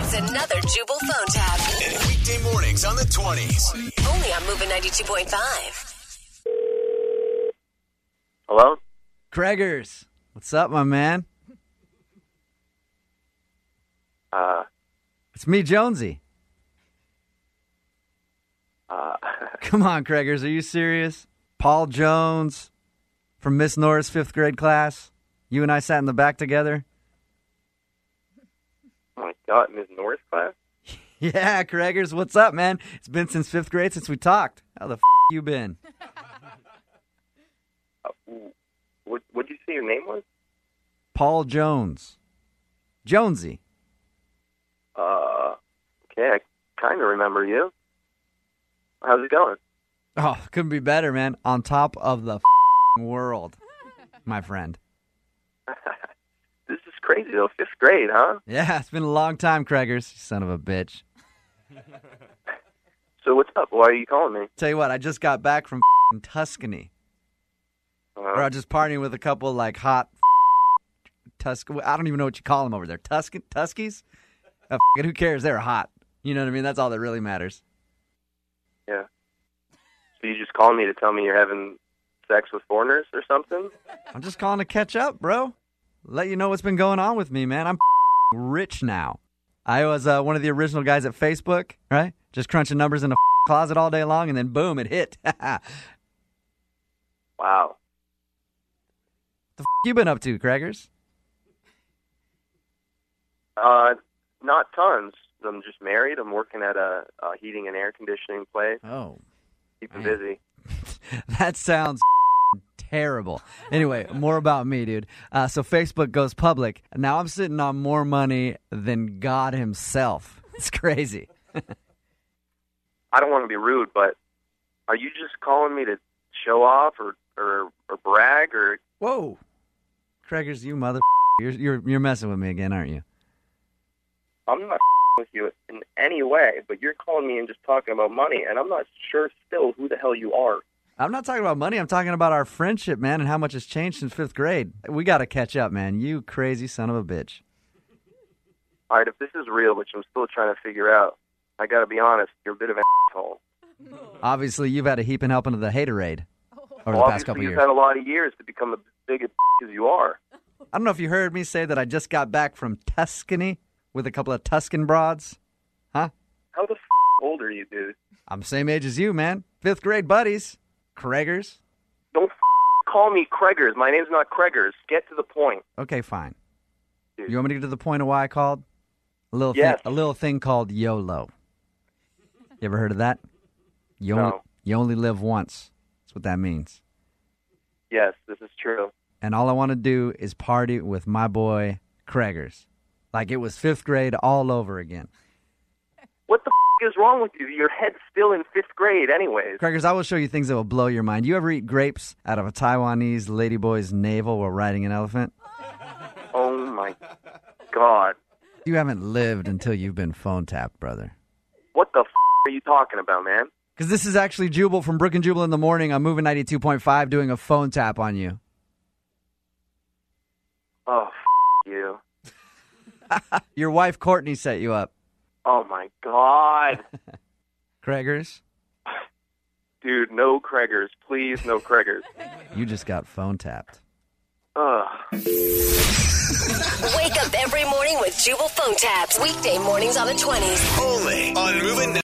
is another Jubal phone tab. And weekday mornings on the 20s. Only on Moving 92.5. Hello? Craigers, what's up, my man? Uh, It's me, Jonesy. uh, Come on, Craigers, are you serious? Paul Jones from Miss Norris' fifth grade class. You and I sat in the back together. oh my God, Ms. Norris class? Yeah, Craigers, what's up, man? It's been since fifth grade since we talked. How the f- you been? Uh, what, what'd you say your name was? Paul Jones, Jonesy. Uh, okay, I kind of remember you. How's it going? Oh, couldn't be better, man. On top of the f- world, my friend. This is crazy, though. Fifth grade, huh? Yeah, it's been a long time, Craigers. you Son of a bitch. So what's up? Why are you calling me? Tell you what, I just got back from f***ing Tuscany. Or I Uh, was just partying with a couple like hot Tusk. I don't even know what you call them over there. Tuscan Tuskies. Uh, f- it, who cares? They're hot. You know what I mean? That's all that really matters. yeah. So you just called me to tell me you're having sex with foreigners or something? I'm just calling to catch up, bro. Let you know what's been going on with me, man. I'm f***ing rich now. I was uh, one of the original guys at Facebook, right? Just crunching numbers in a f***ing closet all day long, and then boom, it hit. the f- Wow. you been up to, Crackers? Uh, not tons. I'm just married. I'm working at a, a heating and air conditioning place. Oh, Keeping Man. busy. that sounds f***ing terrible. Anyway, more about me, dude. Uh, so Facebook goes public. Now I'm sitting on more money than God Himself. It's crazy. I don't want to be rude, but are you just calling me to show off or or, or brag or Whoa, Craigers, you mother. You're, you're you're messing with me again, aren't you? I'm not with you in any way, but you're calling me and just talking about money, and I'm not sure still who the hell you are. I'm not talking about money. I'm talking about our friendship, man, and how much has changed since fifth grade. We got to catch up, man. You crazy son of a bitch. All right, if this is real, which I'm still trying to figure out, I got to be honest, you're a bit of an asshole. Obviously, you've had a heap and helping of the haterade over the Well, past obviously, couple you've years. had a lot of years to become as big a as you are. I don't know if you heard me say that I just got back from Tuscany with a couple of Tuscan broads. Huh? How the f- old are you, dude? I'm same age as you, man. Fifth grade buddies. Craigers. Don't f- call me Craigers. My name's not Craigers. Get to the point. Okay, fine. Dude. You want me to get to the point of why I called? A little Yes. thing, a little thing called YOLO. You ever heard of that? You No. only, you only live once. That's what that means. Yes, this is true. And all I want to do is party with my boy Craigers. Like it was fifth grade all over again. What the f- is wrong with you? Your head's still in fifth grade, anyways. Craigers, I will show you things that will blow your mind. You ever eat grapes out of a Taiwanese ladyboy's navel while riding an elephant? Oh my god. You haven't lived until you've been phone tapped, brother. What the f- are you talking about, man? Because this is actually Jubal from Brook and Jubal in the morning. I'm moving 92.5 doing a phone tap on you. Oh, f- you. Your wife Courtney set you up. Oh my god. Craigers, Dude, no Craigers. Please, no Craigers. you just got phone tapped. Ugh. Wake up every morning with Jubal phone tabs. Weekday mornings on the 20s. Only on Moving